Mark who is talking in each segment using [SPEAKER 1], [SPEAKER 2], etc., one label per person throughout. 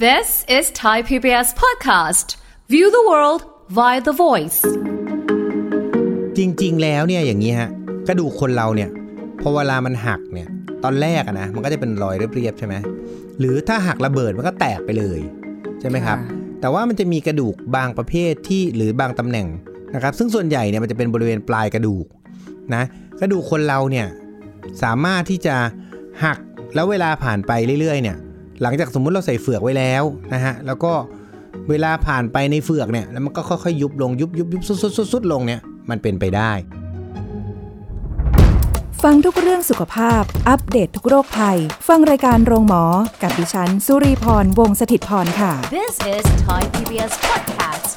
[SPEAKER 1] This is Thai PBS podcast. View the world via the voice.
[SPEAKER 2] จริงๆ แล้วเนี่ยอย่างนี้ฮะกระดูกคนเราเนี่ยพอเวลามันหักเนี่ยตอนแรกอะนะมันก็จะเป็นรอยเรียบๆใช่ไหมหรือถ้าหักระเบิดมันก็แตกไปเลยใช่ไหมครับ แต่ว่ามันจะมีกระดูกบางประเภทที่หรือบางตำแหน่งนะครับ ซึ่งส่วนใหญ่เนี่ยมันจะเป็นบริเวณปลายกระดูกนะกระดูกคนเราเนี่ยสามารถที่จะหักแล้วเวลาผ่านไปเรื่อยๆ เนี่ยหลังจากสมมุติเราใส่เฟือกไว้แล้วนะฮะแล้วก็ เวลาผ่านไปในเฟือกเนี่ยแล้วมันก็ค่อยๆยุบลงยุบยุบยุบซุดซุดซุดซุดลงเนี่ยมันเป็นไปได้
[SPEAKER 3] ฟังทุกเรื่องสุขภาพ อัปเดตททุกโรคภัย ฟังรายการโรงหมอ กับดิฉัน สุรีพร วงศสถิตพรค่ะ
[SPEAKER 1] This is Thai PBS podcast.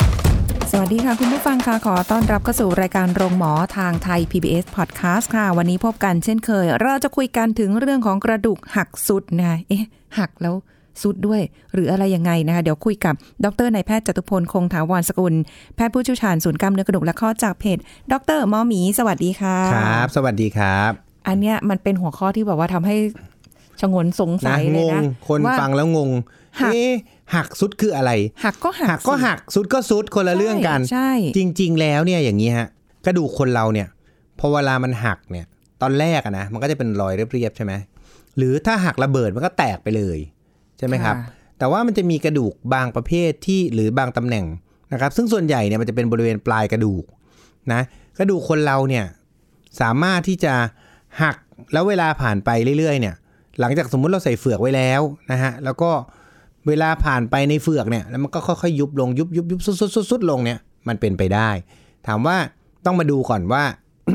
[SPEAKER 3] สวัสดีค่ะ คุณผู้ฟังค่ะ ขอต้อนรับเข้าสู่รายการโรงหมอทางไทย PBS Podcast ค่ะ วันนี้พบกันเช่นเคย เราจะคุยกันถึงเรื่องของกระดูกหักสุดนะคะเอ๊ะ หักแล้วสุดด้วย หรืออะไรยังไงนะคะ เดี๋ยวคุยกับ ดรนายแพทย์จตุพลคงถาวรสกุล แพทย์ผู้เชี่ยวชาญศูนย์กล้ามเนื้อกระดูกและข้อจากเพจ ดรหมอหมี สวัสดีค่ะ
[SPEAKER 2] ครับ สวัสดีครับ
[SPEAKER 3] อันเนี้ยมันเป็นหัวข้อที่แบบว่าทำให้ชงนสงสั
[SPEAKER 2] นะ
[SPEAKER 3] ย
[SPEAKER 2] ง
[SPEAKER 3] เลย
[SPEAKER 2] ง
[SPEAKER 3] นะ
[SPEAKER 2] คน
[SPEAKER 3] ว่า
[SPEAKER 2] ฟังแล้วงง
[SPEAKER 3] หัก
[SPEAKER 2] เอ๊ะหักสุดคืออะไร
[SPEAKER 3] หักก็หัก
[SPEAKER 2] หักก็
[SPEAKER 3] สิ
[SPEAKER 2] หักสุดก็สุดคนละเรื่องกัน
[SPEAKER 3] ใช่
[SPEAKER 2] จ
[SPEAKER 3] ใช่
[SPEAKER 2] ริงๆ แล้วเนี่ยอย่างนี้ฮะกระดูกคนเราเนี่ยพอเวลามันหักเนี่ยตอนแรกอะนะมันก็จะเป็นรอยเรียบๆใช่ไหมหรือถ้าหักระเบิดมันก็แตกไปเลยใช่ไหมครับ
[SPEAKER 3] ะ
[SPEAKER 2] แต่ว่ามันจะมีกระดูกบางประเภทที่หรือบางตำแหน่งนะครับ ซึ่งส่วนใหญ่เนี่ยมันจะเป็นบริเวณปลายกระดูกนะกระดูกคนเราเนี่ยสามารถที่จะหักแล้วเวลาผ่านไปเรื่อยๆเนี่ยหลังจากสมมุติเราใส่เฟือกไว้แล้วนะฮะแล้วก็เวลาผ่านไปในเฟือกเนี่ยแล้วมันก็ค่อยๆยุบลงยุบยุบยุบซุดซุดซุดซุดลงเนี่ยมันเป็นไปได้ ถามว่าต้องมาดูก่อนว่า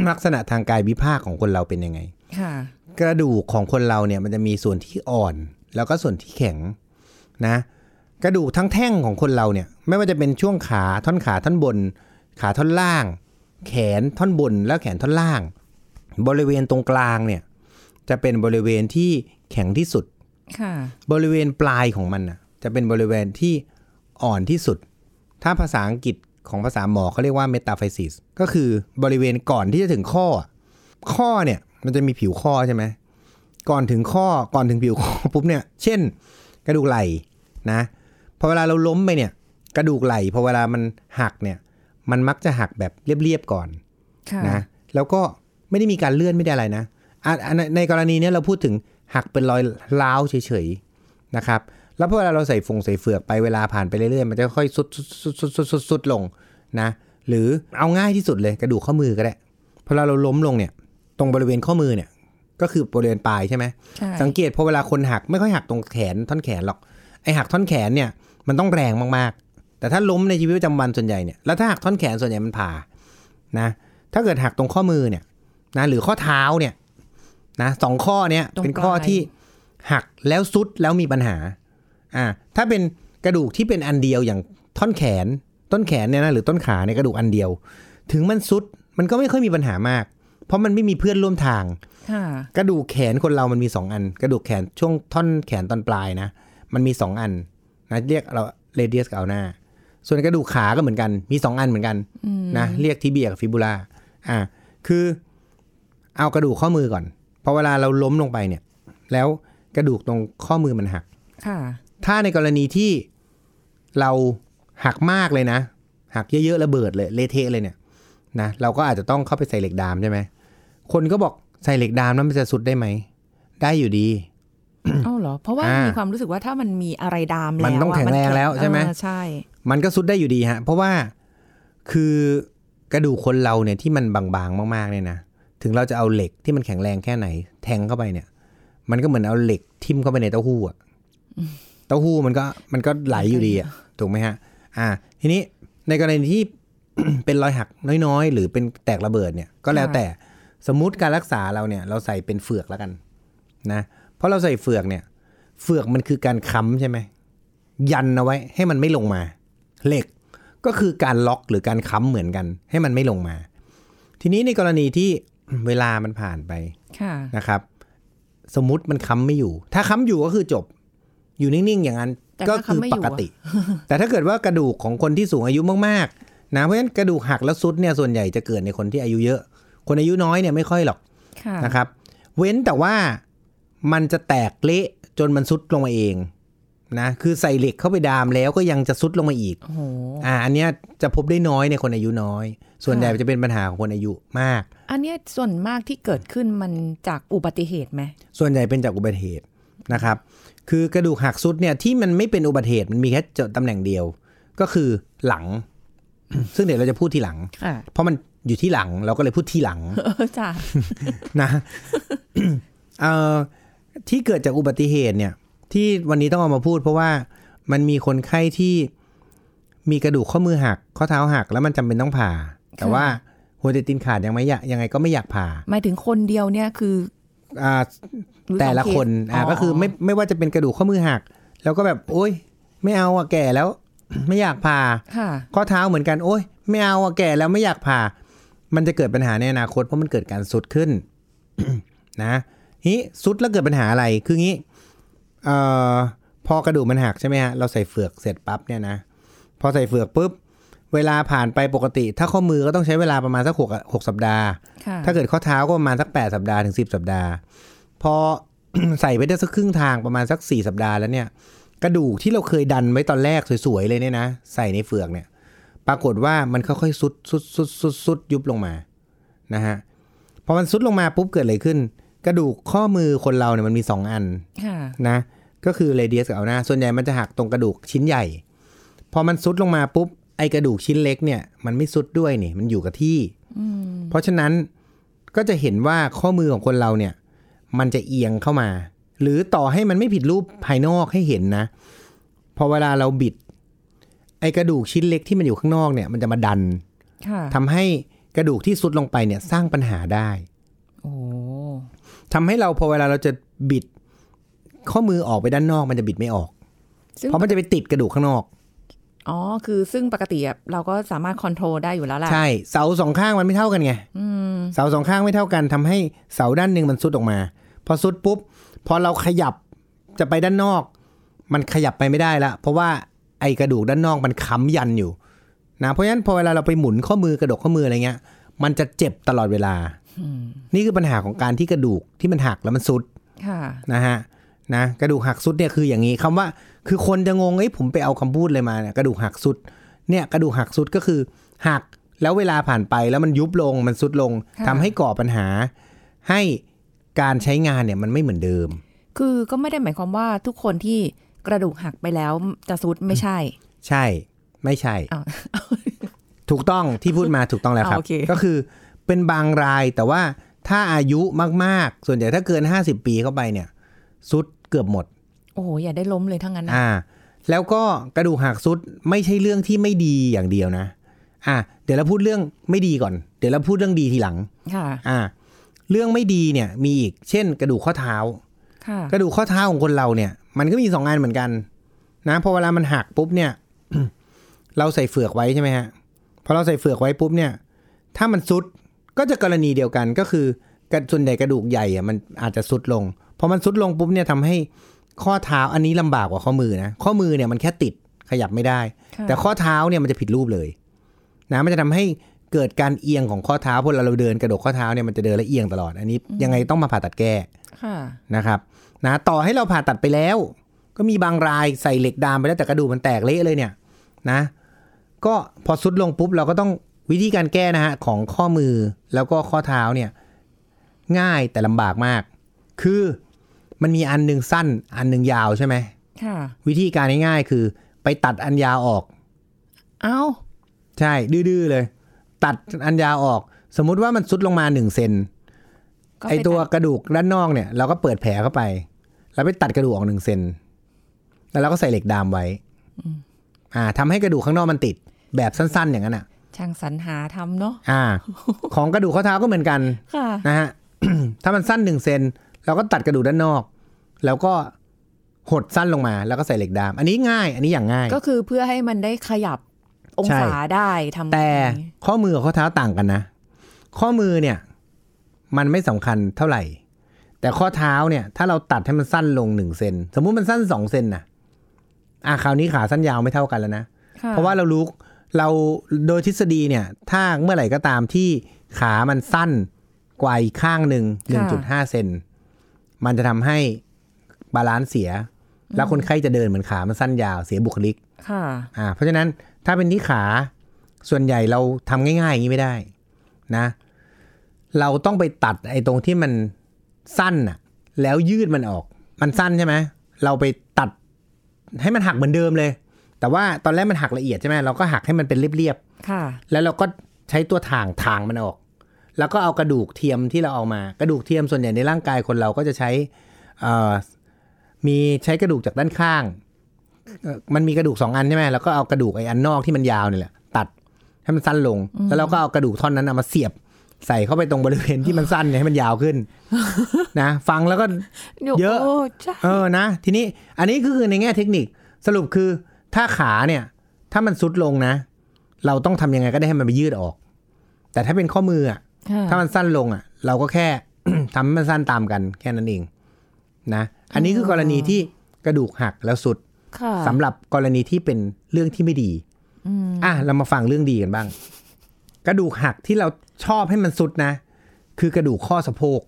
[SPEAKER 2] ลักษณะทางกายวิภาคของคนเราเป็นยังไง
[SPEAKER 3] ค่ะ
[SPEAKER 2] กระดูกของคนเราเนี่ยมันจะมีส่วนที่อ่อน แล้วก็ส่วนที่แข็งนะกระดูกทั้งแท่งของคนเราเนี่ยไม่ว่าจะเป็นช่วงขาท่อนขาท่อนบน ขาท่อนล่าง แขนท่อนบนแล้วแขนท่อนล่าง บริเวณตรงกลางเนี่ยจะเป็นบริเวณที่แข็งที่สุด
[SPEAKER 3] ค่ะ
[SPEAKER 2] บริเวณปลายของมันน่ะจะเป็นบริเวณที่อ่อนที่สุด ถ้าภาษาอังกฤษของภาษาหมอเขาเรียกว่าเมตาไฟซิสก็คือบริเวณก่อนที่จะถึงข้ออะข้อเนี่ยมันจะมีผิวข้อใช่ไหมก่อนถึงข้อก่อนถึงผิวข้อ ปุ๊บเนี่ย เช่น กระดูกไหล่นะพอเวลาเราล้มไปเนี่ย กระดูกไหล่พอเวลามันหักเนี่ย มันมักจะหักแบบเรียบๆก่อน
[SPEAKER 3] ค่ะ
[SPEAKER 2] นะแล้วก็ไม่ได้มีการเลื่อนไม่ได้อะไรนะอ่ะอ่ะในในกรณีเนี้ยเราพูดถึงหักเป็นรอยร้าวเฉยๆนะครับ แล้วพอเวลาเราใส่ฟงใส่เฟือกไปเวลาผ่านไปเรื่อยๆ มันจะค่อยสุดสุดสุดสุดสุดสุดสุดลงนะหรือเอาง่ายที่สุดเลยกระดูกข้อมือก็ได้พอเราเราล้มลงเนี่ยตรงบริเวณข้อมือเนี่ยก็คือบริเวณปลายใช่ไหม
[SPEAKER 3] ใช่
[SPEAKER 2] สังเกตพอเวลาคนหักไม่ค่อยหักตรงแขนท่อนแขนหรอกไอหักท่อนแขนเนี่ยมันต้องแรงมากๆ แต่ถ้าล้มในชีวิตประจำวันส่วนใหญ่เนี่ยแล้วถ้าหักท่อนแขนส่วนใหญ่มันผ่านะถ้าเกิดหักตรงข้อมือเนี่ยนะหรือข้อเท้าเนี่ยนะสองข้อเนี่ย
[SPEAKER 3] ตรง
[SPEAKER 2] เป็นข้อ
[SPEAKER 3] ปลาย
[SPEAKER 2] ที่หักแล้วซุดแล้วมีปัญหาอ่าถ้าเป็นกระดูกที่เป็นอันเดียวอย่างท่อนแขน ต้นแขนเนี่ยนะหรือต้นขาเนี่ยกระดูกอันเดียว ถึงมันซุดมันก็ไม่ค่อยมีปัญหามาก เพราะมันไม่มีเพื่อนร่วมทาง
[SPEAKER 3] ค่ะ
[SPEAKER 2] กระดูกแขนคนเรามันมี 2 อัน กระดูกแขนช่วงท่อนแขนตอนปลายนะ มันมี 2 อันนะเรียกเราเรเดียสกับเอาหน้า ส่วนกระดูกขาก็เหมือนกัน มี 2 อันเหมือนกันนะเรียกทีเบียกับฟิบูล่าอ่ะคือเอากระดูกข้อมือก่อนพอเวลาเราล้มลงไปเนี่ย แล้วกระดูกตรงข้อมือมันหัก
[SPEAKER 3] ค่ะ
[SPEAKER 2] ถ้าในกรณีที่เราหักมากเลยนะ หักเยอะๆระเบิดเลยเละเทะเลยเนี่ยนะเราก็อาจจะต้องเข้าไปใส่เหล็กดามใช่ไหมคนก็บอกใส่เหล็กดามนั้นมันจะสุดได้ไหม ได้อยู่ดี
[SPEAKER 3] เอ้าเหรอ เพราะว่า
[SPEAKER 2] อ่ามี
[SPEAKER 3] มีความรู้สึกว่าถ้ามันมีอะไรดามแล้ว
[SPEAKER 2] มันต้อง
[SPEAKER 3] ะ
[SPEAKER 2] แข็งแรงแล้วใช่ไหม
[SPEAKER 3] เออใช่
[SPEAKER 2] มันก็สุดได้อยู่ดีฮะ เพราะว่าคือกระดูกคนเราเนี่ยที่มันบางๆมากๆเนี่ยนะถึงเราจะเอาเหล็กที่มันแข็งแรงแค่ไหน แทงเข้าไปเนี่ย มันก็เหมือนเอาเหล็กทิ่มเข้าไปในเต้าหู้อะเต้าหู้มันก็มันก็ไหลอยู่ดีอะถูกไหมฮะ อ่า ทีนี้ในกรณีที่ เป็นรอยหักน้อยๆ หรือเป็นแตกระเบิดเนี่ยก็แล้ว
[SPEAKER 3] ค่ะ
[SPEAKER 2] แต่สมมติการรักษาเราเนี่ย เราใส่เป็นเฟือกแล้วกันนะเพราะเราใส่เฟือกเนี่ย เฟือกมันคือการค้ำใช่ไหม ยันเอาไว้ให้มันไม่ลงมา เหล็กก็คือการล็อกหรือการค้ำเหมือนกัน ให้มันไม่ลงมา ทีนี้ในกรณีที่ เวลามันผ่านไป
[SPEAKER 3] ค่ะ
[SPEAKER 2] นะครับ สมมติมันค้ำไม่อยู่ ถ้าค้ำอยู่ก็คือจบ อยู่นิ่งๆอย่างนั้น
[SPEAKER 3] แต่
[SPEAKER 2] ก็
[SPEAKER 3] ถ้า
[SPEAKER 2] คือ
[SPEAKER 3] ค้ำไม่อยู่
[SPEAKER 2] ป
[SPEAKER 3] อะ
[SPEAKER 2] กติ แต่ถ้าเกิดว่ากระดูกของคนที่สูงอายุมากๆนะเพราะฉะนั้นกระดูกหักแล้วซุดเนี่ยส่วนใหญ่จะเกิดในคนที่อายุเยอะ คนอายุน้อยเนี่ยไม่ค่อยหรอก
[SPEAKER 3] ค่ะ
[SPEAKER 2] นะครับเว้นแต่ว่ามันจะแตกเละจนมันซุดลงมาเอง นะคือใส่เหล็กเข้าไปดามแล้วก็ยังจะซุดลงมาอีก
[SPEAKER 3] โอ้โห
[SPEAKER 2] อ่าอันเนี้ยจะพบได้น้อยในคนอายุน้อย ส่วนใหญ่
[SPEAKER 3] ค่ะ
[SPEAKER 2] จะเป็นปัญหาของคนอายุมาก
[SPEAKER 3] อันเนี้ยส่วนมากที่เกิดขึ้นมันจากอุบัติเหตุไหม
[SPEAKER 2] ส่วนใหญ่เป็นจากอุบัติเหตุนะครับ คือกระดูกหักซุดเนี่ยที่มันไม่เป็นอุบัติเหตุมันมีแค่จดตำแหน่งเดียว ก็คือหลัง ซึ่งเดี๋ยวเราจะพูดทีหลัง
[SPEAKER 3] ค่ะ
[SPEAKER 2] เพราะมันอยู่ที่หลังเราก็เลยพูดทีหลัง
[SPEAKER 3] เออจ้ะ
[SPEAKER 2] นะ เอ่อที่เกิดจากอุบัติเหตุเนี่ย ที่วันนี้ต้องเอามาพูด เพราะว่ามันมีคนไข้ที่มีกระดูกข้อมือหัก ข้อเท้าหักแล้วมันจำเป็นต้องผ่า แต่ว่าหัวใจตีนขาดยังไม่อยากยังไงก็ไม่อยากผ่า
[SPEAKER 3] หมายถึงคนเดียวเนี่ยคือ
[SPEAKER 2] อ่า
[SPEAKER 3] หรือ
[SPEAKER 2] แต่ละ
[SPEAKER 3] สองเส
[SPEAKER 2] คนอ่าก็คือไม่ไม่ว่าจะเป็นกระดูกข้อมือหัก แล้วก็แบบ โอ๊ย ไม่เอาอะแก่แล้ว ไม่อยากผ่า
[SPEAKER 3] ค่ะ
[SPEAKER 2] ข้อเท้าเหมือนกันโอ๊ย ไม่เอาอะแก่แล้วไม่อยากผ่า มันจะเกิดปัญหาในอนาคตเพราะมันเกิดการสุดขึ้น นะนี้สุดแล้วเกิดปัญหาอะไรคืองี้เอ่อพอกระดูกมันหักใช่ไหมฮะเราใส่เฟือกเสร็จปั๊บเนี่ยนะพอใส่เฟือกปุ๊บเวลาผ่านไปปกติ ถ้าข้อมือก็ต้องใช้เวลาประมาณสักหกหกสัปดาห์
[SPEAKER 3] ค่ะ
[SPEAKER 2] ถ้าเกิดข้อเท้าก็ประมาณสัก 8 สัปดาห์ถึง 10 สัปดาห์ พอ ใส่ไปได้สักครึ่งทางประมาณสัก 4 สัปดาห์แล้วเนี่ย กระดูกที่เราเคยดันไว้ตอนแรกสวยๆเลยเนี่ยนะ ใส่ในเฟือกเนี่ย ปรากฏว่ามันค่อยๆซุดซุดซุดซุดซุดยุบลงมานะฮะพอมันซุดลงมาปุ๊บเกิดอะไรขึ้น กระดูกข้อมือคนเราเนี่ยมันมี 2 อัน
[SPEAKER 3] ค่ะ
[SPEAKER 2] นะก็คือเรเดียสกับเอาหน้าส่วนใหญ่มันจะหักตรงกระดูกชิ้นใหญ่ พอมันซุดลงมาปุ๊บ ไอกระดูกชิ้นเล็กเนี่ย มันไม่ซุดด้วยนี่มันอยู่กับที่เพราะฉะนั้นก็จะเห็นว่าข้อมือของคนเราเนี่ย มันจะเอียงเข้ามา หรือต่อให้มันไม่ผิดรูปภายนอกให้เห็นนะ พอเวลาเราบิด ไอกระดูกชิ้นเล็กที่มันอยู่ข้างนอกเนี่ย มันจะมาดัน
[SPEAKER 3] ค่ะ
[SPEAKER 2] ทำให้กระดูกที่ซุดลงไปเนี่ยสร้างปัญหาได้
[SPEAKER 3] โอ้
[SPEAKER 2] ทำให้เราพอเวลาเราจะบิด ข้อมือออกไปด้านนอกมันจะบิดไม่ออก
[SPEAKER 3] ซึ่ง
[SPEAKER 2] เพราะมันจะไปติดกระดูกข้างนอก
[SPEAKER 3] อ๋อคือซึ่งปกติอะเราก็สามารถคอนโทรลได้อยู่แล้วล่ะ
[SPEAKER 2] ใช่เสาสองข้างมันไม่เท่ากันไง
[SPEAKER 3] อืม
[SPEAKER 2] เสาสองข้างไม่เท่ากันทำให้เสาด้านหนึ่งมันซุดออกมา พอซุดปุ๊บพอเราขยับจะไปด้านนอก มันขยับไปไม่ได้ละเพราะว่าไอกระดูกด้านนอกมันค้ำยันอยู่นะเพราะฉะนั้นพอเวลาเราไปหมุนข้อมือกระดกข้อมืออะไรเงี้ย มันจะเจ็บตลอดเวลา
[SPEAKER 3] อืม
[SPEAKER 2] นี่คือปัญหาของการที่กระดูกที่มันหักแล้วมันซุด
[SPEAKER 3] ค่ะ
[SPEAKER 2] นะฮะนะกระดูกหักสุดเนี่ยคืออย่างนี้คำว่า คือคนจะงงเอ้ยผมไปเอาคำพูดเลยมาเนี่ยกระดูกหักสุดเนี่ยกระดูกหักสุดก็คือหักแล้วเวลาผ่านไปแล้วมันยุบลงมันสุดลง
[SPEAKER 3] ะ
[SPEAKER 2] ทำให้ก่อปัญหา ให้การใช้งานเนี่ยมันไม่เหมือนเดิม
[SPEAKER 3] คือก็ไม่ได้หมายความว่าทุกคนที่กระดูกหักไปแล้วจะสุดไม่ใช่
[SPEAKER 2] ใช่ไม่ใช่
[SPEAKER 3] อ้าว
[SPEAKER 2] ถูกต้องที่พูดมาถูกต้องแล้วครับ
[SPEAKER 3] อ่าโอเค
[SPEAKER 2] ก็คือเป็นบางรายแต่ว่าถ้าอายุมากๆ ส่วนใหญ่ถ้าเกิน 50 ปีเข้าไปเนี่ยสุดเกือบหมด
[SPEAKER 3] โอ้โหอย่าได้ล้มเลยทั้งนั้นนะ
[SPEAKER 2] อ่าแล้วก็กระดูกหักซุดไม่ใช่เรื่องที่ไม่ดีอย่างเดียวนะ อ่าเดี๋ยวเราพูดเรื่องไม่ดีก่อน เดี๋ยวเราพูดเรื่องดีทีหลัง
[SPEAKER 3] ค่ะ
[SPEAKER 2] อ่า เรื่องไม่ดีเนี่ยมีอีก เช่น กระดูกข้อเท้า
[SPEAKER 3] ค่ะ
[SPEAKER 2] กระดูกข้อเท้าของคนเราเนี่ย มันก็มีสองอันเหมือนกัน นะพอเวลามันหักปุ๊บเนี่ย เราใส่เฟือกไว้ใช่ไหมฮะพอเราใส่เฟือกไว้ปุ๊บเนี่ย ถ้ามันซุดก็จะกรณีเดียวกันก็คือกระส่วนใหญ่กระดูกใหญ่อะมันอาจจะซุดลงพอมันซุดลงปุ๊บเนี่ยทำให้ข้อเท้าอันนี้ลำบากกว่าข้อมือนะข้อมือเนี่ยมันแค่ติดขยับไม่ได้
[SPEAKER 3] ค่ะ
[SPEAKER 2] แต่ข้อเท้าเนี่ยมันจะผิดรูปเลยนะมันจะทำให้เกิดการเอียงของข้อเท้าพอเราเดินกระดกข้อเท้าเนี่ยมันจะเดินและเอียงตลอดอันนี้ ยังไงต้องมาผ่าตัดแก้
[SPEAKER 3] ค่ะ
[SPEAKER 2] นะครับนะต่อให้เราผ่าตัดไปแล้ว ก็มีบางรายใส่เหล็กดามไปแล้วแต่กระดูกมันแตกเละเลยเนี่ยนะก็พอสุดลงปุ๊บเราก็ต้องวิธีการแก้นะฮะของข้อมือแล้วก็ข้อเท้าเนี่ยง่ายแต่ลำบากมาก คือมันมีอันหนึ่งสั้นอันหนึ่งยาวใช่ไหม
[SPEAKER 3] ค่ะ
[SPEAKER 2] วิธีการง่ายๆคือไปตัดอันยาวออก
[SPEAKER 3] เอ้า
[SPEAKER 2] ใช่ดื้อๆเลย ตัดอันยาวออก สมมุติว่ามันสุดลงมาหนึ่งเซน
[SPEAKER 3] ก็
[SPEAKER 2] ไอ
[SPEAKER 3] เป็น
[SPEAKER 2] ตัวกระดูกด้านนอกเนี่ยเราก็เปิดแผลเข้าไป แล้วไปตัดกระดูกออกหนึ่งเซนแล้วเราก็ใส่เหล็กดามไว้อ่าทำให้กระดูกข้างนอกมันติด แบบสั้น ๆ อย่างนั้นอ่ะ
[SPEAKER 3] ช่างสรรหาทำเนาะ
[SPEAKER 2] อ่า ของกระดูกข้อเท้าก็เหมือนกัน
[SPEAKER 3] ค่ะ
[SPEAKER 2] นะฮ ะ ถ้ามันสั้นหนึ่งเซนเราก็ตัดกระดูกด้านนอก แล้วก็หดสั้นลงมา แล้วก็ใส่เหล็กดาม อันนี้ง่าย อันนี้อย่างง่าย
[SPEAKER 3] ก็คือเพื่อให้มันได้ขยับองศาได้ทำ
[SPEAKER 2] แต่
[SPEAKER 3] บบนี้
[SPEAKER 2] ข้อมือกับข้อเท้าต่างกันนะ ข้อมือเนี่ย มันไม่สำคัญเท่าไหร่ แต่ข้อเท้าเนี่ย ถ้าเราตัดให้มันสั้นลงหนึ่งเซนสมมุติมันสั้นสองเซนนะอ่ะคราวนี้ขาสั้นยาวไม่เท่ากันแล้วนะ
[SPEAKER 3] ค่
[SPEAKER 2] เพราะว่าเรารู้เราโดยทฤษฎีเนี่ย ถ้าเมื่อไหร่ก็ตามที่ขามันสั้นกว่าอีกข้างหนึ่งหนึ่งจุดห้าเซนมันจะทำให้บาลานซ์เสีย แล้วคนไข้จะเดินเหมือนขามันสั้นยาวเสียบุคลิก
[SPEAKER 3] ค่ะ
[SPEAKER 2] อ่าเพราะฉะนั้นถ้าเป็นที่ขาส่วนใหญ่เราทำง่ายๆอย่างนี้ไม่ได้นะ เราต้องไปตัดไอ้ตรงที่มันสั้นน่ะ แล้วยืดมันออก มันสั้นใช่ไหมเราไปตัดให้มันหักเหมือนเดิมเลย แต่ว่าตอนแรกมันหักละเอียดใช่ไหมเราก็หักให้มันเป็นเรียบ
[SPEAKER 3] ค่ะ
[SPEAKER 2] ๆแล้วเราก็ใช้ตัวถ่างถ่างมันออก แล้วก็เอากระดูกเทียมที่เราเอามา กระดูกเทียมส่วนใหญ่ในร่างกายคนเราก็จะใช้เอ่อมีใช้กระดูกจากด้านข้าง เอ่อมันมีกระดูกสองอันใช่ไหมแล้วก็เอากระดูกไอ้อันนอกที่มันยาวเนี่ยแหละตัดให้มันสั้นลง แล้วเราก็เอากระดูกท่อนนั้นเอามาเสียบ ใส่เข้าไปตรงบริเวณที่มันสั้นเนี่ยให้มันยาว ขึ้น นะ ฟังแล้วก็ เยอะ
[SPEAKER 3] โอ้ใช่
[SPEAKER 2] เออนะ ทีนี้อันนี้ก็คือในแง่เทคนิคสรุปคือถ้าขาเนี่ย ถ้ามันซุดลงนะ เราต้องทำยังไงก็ได้ให้มันไปยืดออก แต่ถ้าเป็นข้อมืออ่ะ
[SPEAKER 3] ค่ะ
[SPEAKER 2] ถ้ามันสั้นลงอ่ะ เราก็แค่ ทำให้มันสั้นตามกันแค่นั้นเองนะอันนี้คืออกรณีที่กระดูกหักแล้วสุด
[SPEAKER 3] ค่ะ
[SPEAKER 2] สำหรับกรณีที่เป็นเรื่องที่ไม่ดีอ่ะเรามาฟังเรื่องดีกันบ้าง กระดูกหักที่เราชอบให้มันสุดนะ คือกระดูกข้อสะโพก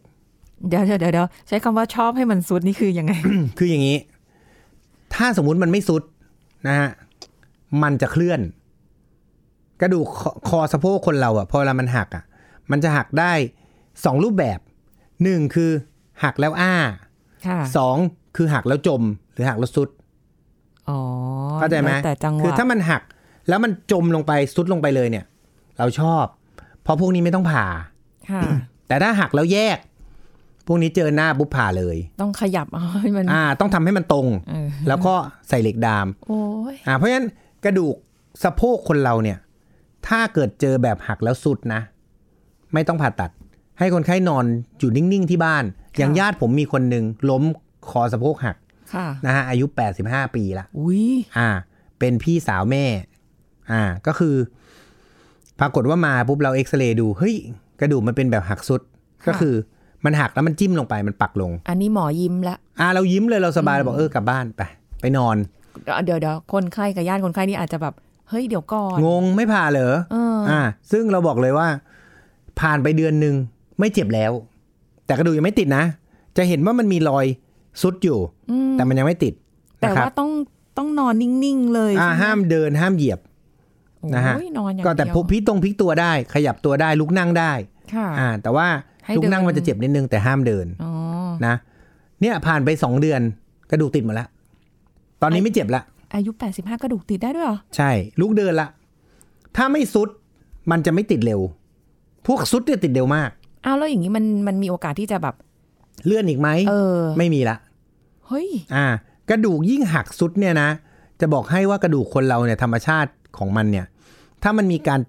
[SPEAKER 3] เดี๋ยวเดี๋ยวเดี๋ยวเดี๋ยวใช้คำว่าชอบให้มันสุดนี่คือยังไง
[SPEAKER 2] คืออย่างนี้ ถ้าสมมุติมันไม่สุดนะฮะ มันจะเคลื่อน กระดูกคอคอสะโพกคนเราอะพอเวลามันหักอะมันจะหักได้สองรูปแบบหนึ่งคือหักแล้วอ้า
[SPEAKER 3] ค่ะ
[SPEAKER 2] สองคือหักแล้วจม หรือหักแล้วสุด
[SPEAKER 3] อ๋อ
[SPEAKER 2] เข้าใจไหม
[SPEAKER 3] แล้วแต่จังหวะ
[SPEAKER 2] คือถ้ามันหักแล้วมันจมลงไปซุดลงไปเลยเนี่ย เราชอบ เพราะพวกนี้ไม่ต้องผ่า
[SPEAKER 3] ค่ะ
[SPEAKER 2] แต่ถ้าหักแล้วแยก พวกนี้เจอหน้าปุ๊บผ่าเลย
[SPEAKER 3] ต้องขยับเอาให้มัน
[SPEAKER 2] อ่า ต้องทำให้มันตรง
[SPEAKER 3] เออ
[SPEAKER 2] แล้วก็ใส่เหล็กดาม
[SPEAKER 3] โอ้ย
[SPEAKER 2] อ่า เพราะฉะนั้นกระดูกสะโพกคนเราเนี่ย ถ้าเกิดเจอแบบหักแล้วสุดนะ ไม่ต้องผ่าตัด ให้คนไข้นอนอยู่นิ่งๆที่บ้าน อย่างญาติผมมีคนหนึ่งล้มคอสะโพกหัก
[SPEAKER 3] ค่ะ
[SPEAKER 2] นะฮะอายุ 85 ปีละ
[SPEAKER 3] อุ้ย
[SPEAKER 2] อ่า เป็นพี่สาวแม่ อ่า ก็คือ ปรากฏว่ามาปุ๊บเราเอ็กซเรย์ดู เฮ้ย กระดูกมันเป็นแบบหักสุด ก็คือมันหักแล้วมันจิ้มลงไปมันปักลง
[SPEAKER 3] อันนี้หมอยิ้มละ
[SPEAKER 2] อ่า เรายิ้มเลยเราสบายเราบอกเออกลับบ้านไป ไปนอน
[SPEAKER 3] เดี๋ยวเดี๋ยวคนไข้กับญาติคนไข้นี่อาจจะแบบเฮ้ยเดี๋ยวก่อน
[SPEAKER 2] งงไม่ผ่าเหรอ
[SPEAKER 3] เอออ่
[SPEAKER 2] อ่า ซึ่งเราบอกเลยว่า ผ่านไปเดือนหนึ่งไม่เจ็บแล้ว แต่กระดูกยังไม่ติดนะ จะเห็นว่ามันมีรอยสุดอยู่ แต่มันยังไม่ติด
[SPEAKER 3] แต่
[SPEAKER 2] นะครับ
[SPEAKER 3] ว่าต้องต้องนอนนิ่งๆเลย
[SPEAKER 2] อ่า
[SPEAKER 3] ใช่ไ
[SPEAKER 2] ห้ามเดินห้ามเหยียบ นะฮะ
[SPEAKER 3] โอ้ยนอนอย่าง
[SPEAKER 2] ก็แต่
[SPEAKER 3] เดียว
[SPEAKER 2] พกพลิกตรงพลิกตัวได้ ขยับตัวได้ลุกนั่งได้
[SPEAKER 3] ค่ะ
[SPEAKER 2] อ่าแต่ว่า
[SPEAKER 3] ให้
[SPEAKER 2] ลุกนั่ง
[SPEAKER 3] เดิน
[SPEAKER 2] มันจะเจ็บนิดนึงแต่ห้ามเดิน
[SPEAKER 3] อ๋อ
[SPEAKER 2] นะเนี่ยผ่านไปสองเดือนกระดูกติดหมดละตอนนี้ไม่เจ็บละ
[SPEAKER 3] อายุ 85 กระดูกติดได้ด้วยเหรอ
[SPEAKER 2] ใช่ ลุกเดินละ ถ้าไม่สุดมันจะไม่ติดเร็ว พวกสุดเนี่ยติดเร็วมาก
[SPEAKER 3] อ้าวแล้วอย่างนี้มันมันมีโอกาสที่จะแบบ
[SPEAKER 2] เลื่อนอีกไหม
[SPEAKER 3] เออ
[SPEAKER 2] ไม่มีละ
[SPEAKER 3] เฮ้ย
[SPEAKER 2] อ่า กระดูกยิ่งหักสุดเนี่ยนะ จะบอกให้ว่ากระดูกคนเราเนี่ยธรรมชาติของมันเนี่ย ถ้ามันมีการ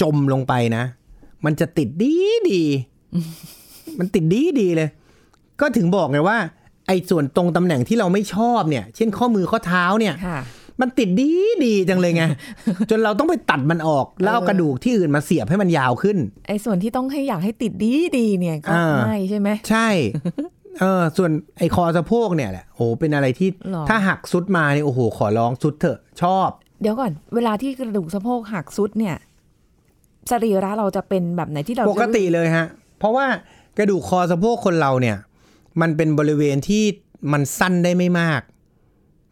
[SPEAKER 2] จมลงไปนะ มันจะติดดีดี มันติดดีดีเลย ก็ถึงบอกไงว่า ไอ้ส่วนตรงตำแหน่งที่เราไม่ชอบเนี่ย เช่นข้อมือข้อเท้าเนี่ย
[SPEAKER 3] ค่ะ
[SPEAKER 2] มันติดดีดีจังเลยไง จนเราต้องไปตัดมันออก แล้วเอากระดูกที่อื่นมาเสียบให้มันยาวขึ้น
[SPEAKER 3] ไอ้ส่วนที่ต้องให้อยากให้ติดดีดีๆเนี่ยก็
[SPEAKER 2] อ่า
[SPEAKER 3] ไม่ใช่ไหม
[SPEAKER 2] ใช่ เออ ส่วนไอ้คอสะโพกเนี่ยแหละโหเป็นอะไรที่
[SPEAKER 3] หรอ
[SPEAKER 2] ถ้าหักสุดมาเนี่ยโอ้โห ขอร้องสุดเถอะ ชอบ
[SPEAKER 3] เดี๋ยวก่อน เวลาที่กระดูกสะโพกหักสุดเนี่ยสรีระเราจะเป็นแบบไหนที่เราจะ
[SPEAKER 2] ปกติเลยฮะ เพราะว่ากระดูกคอสะโพกคนเราเนี่ย มันเป็นบริเวณที่มันสั้นได้ไม่มาก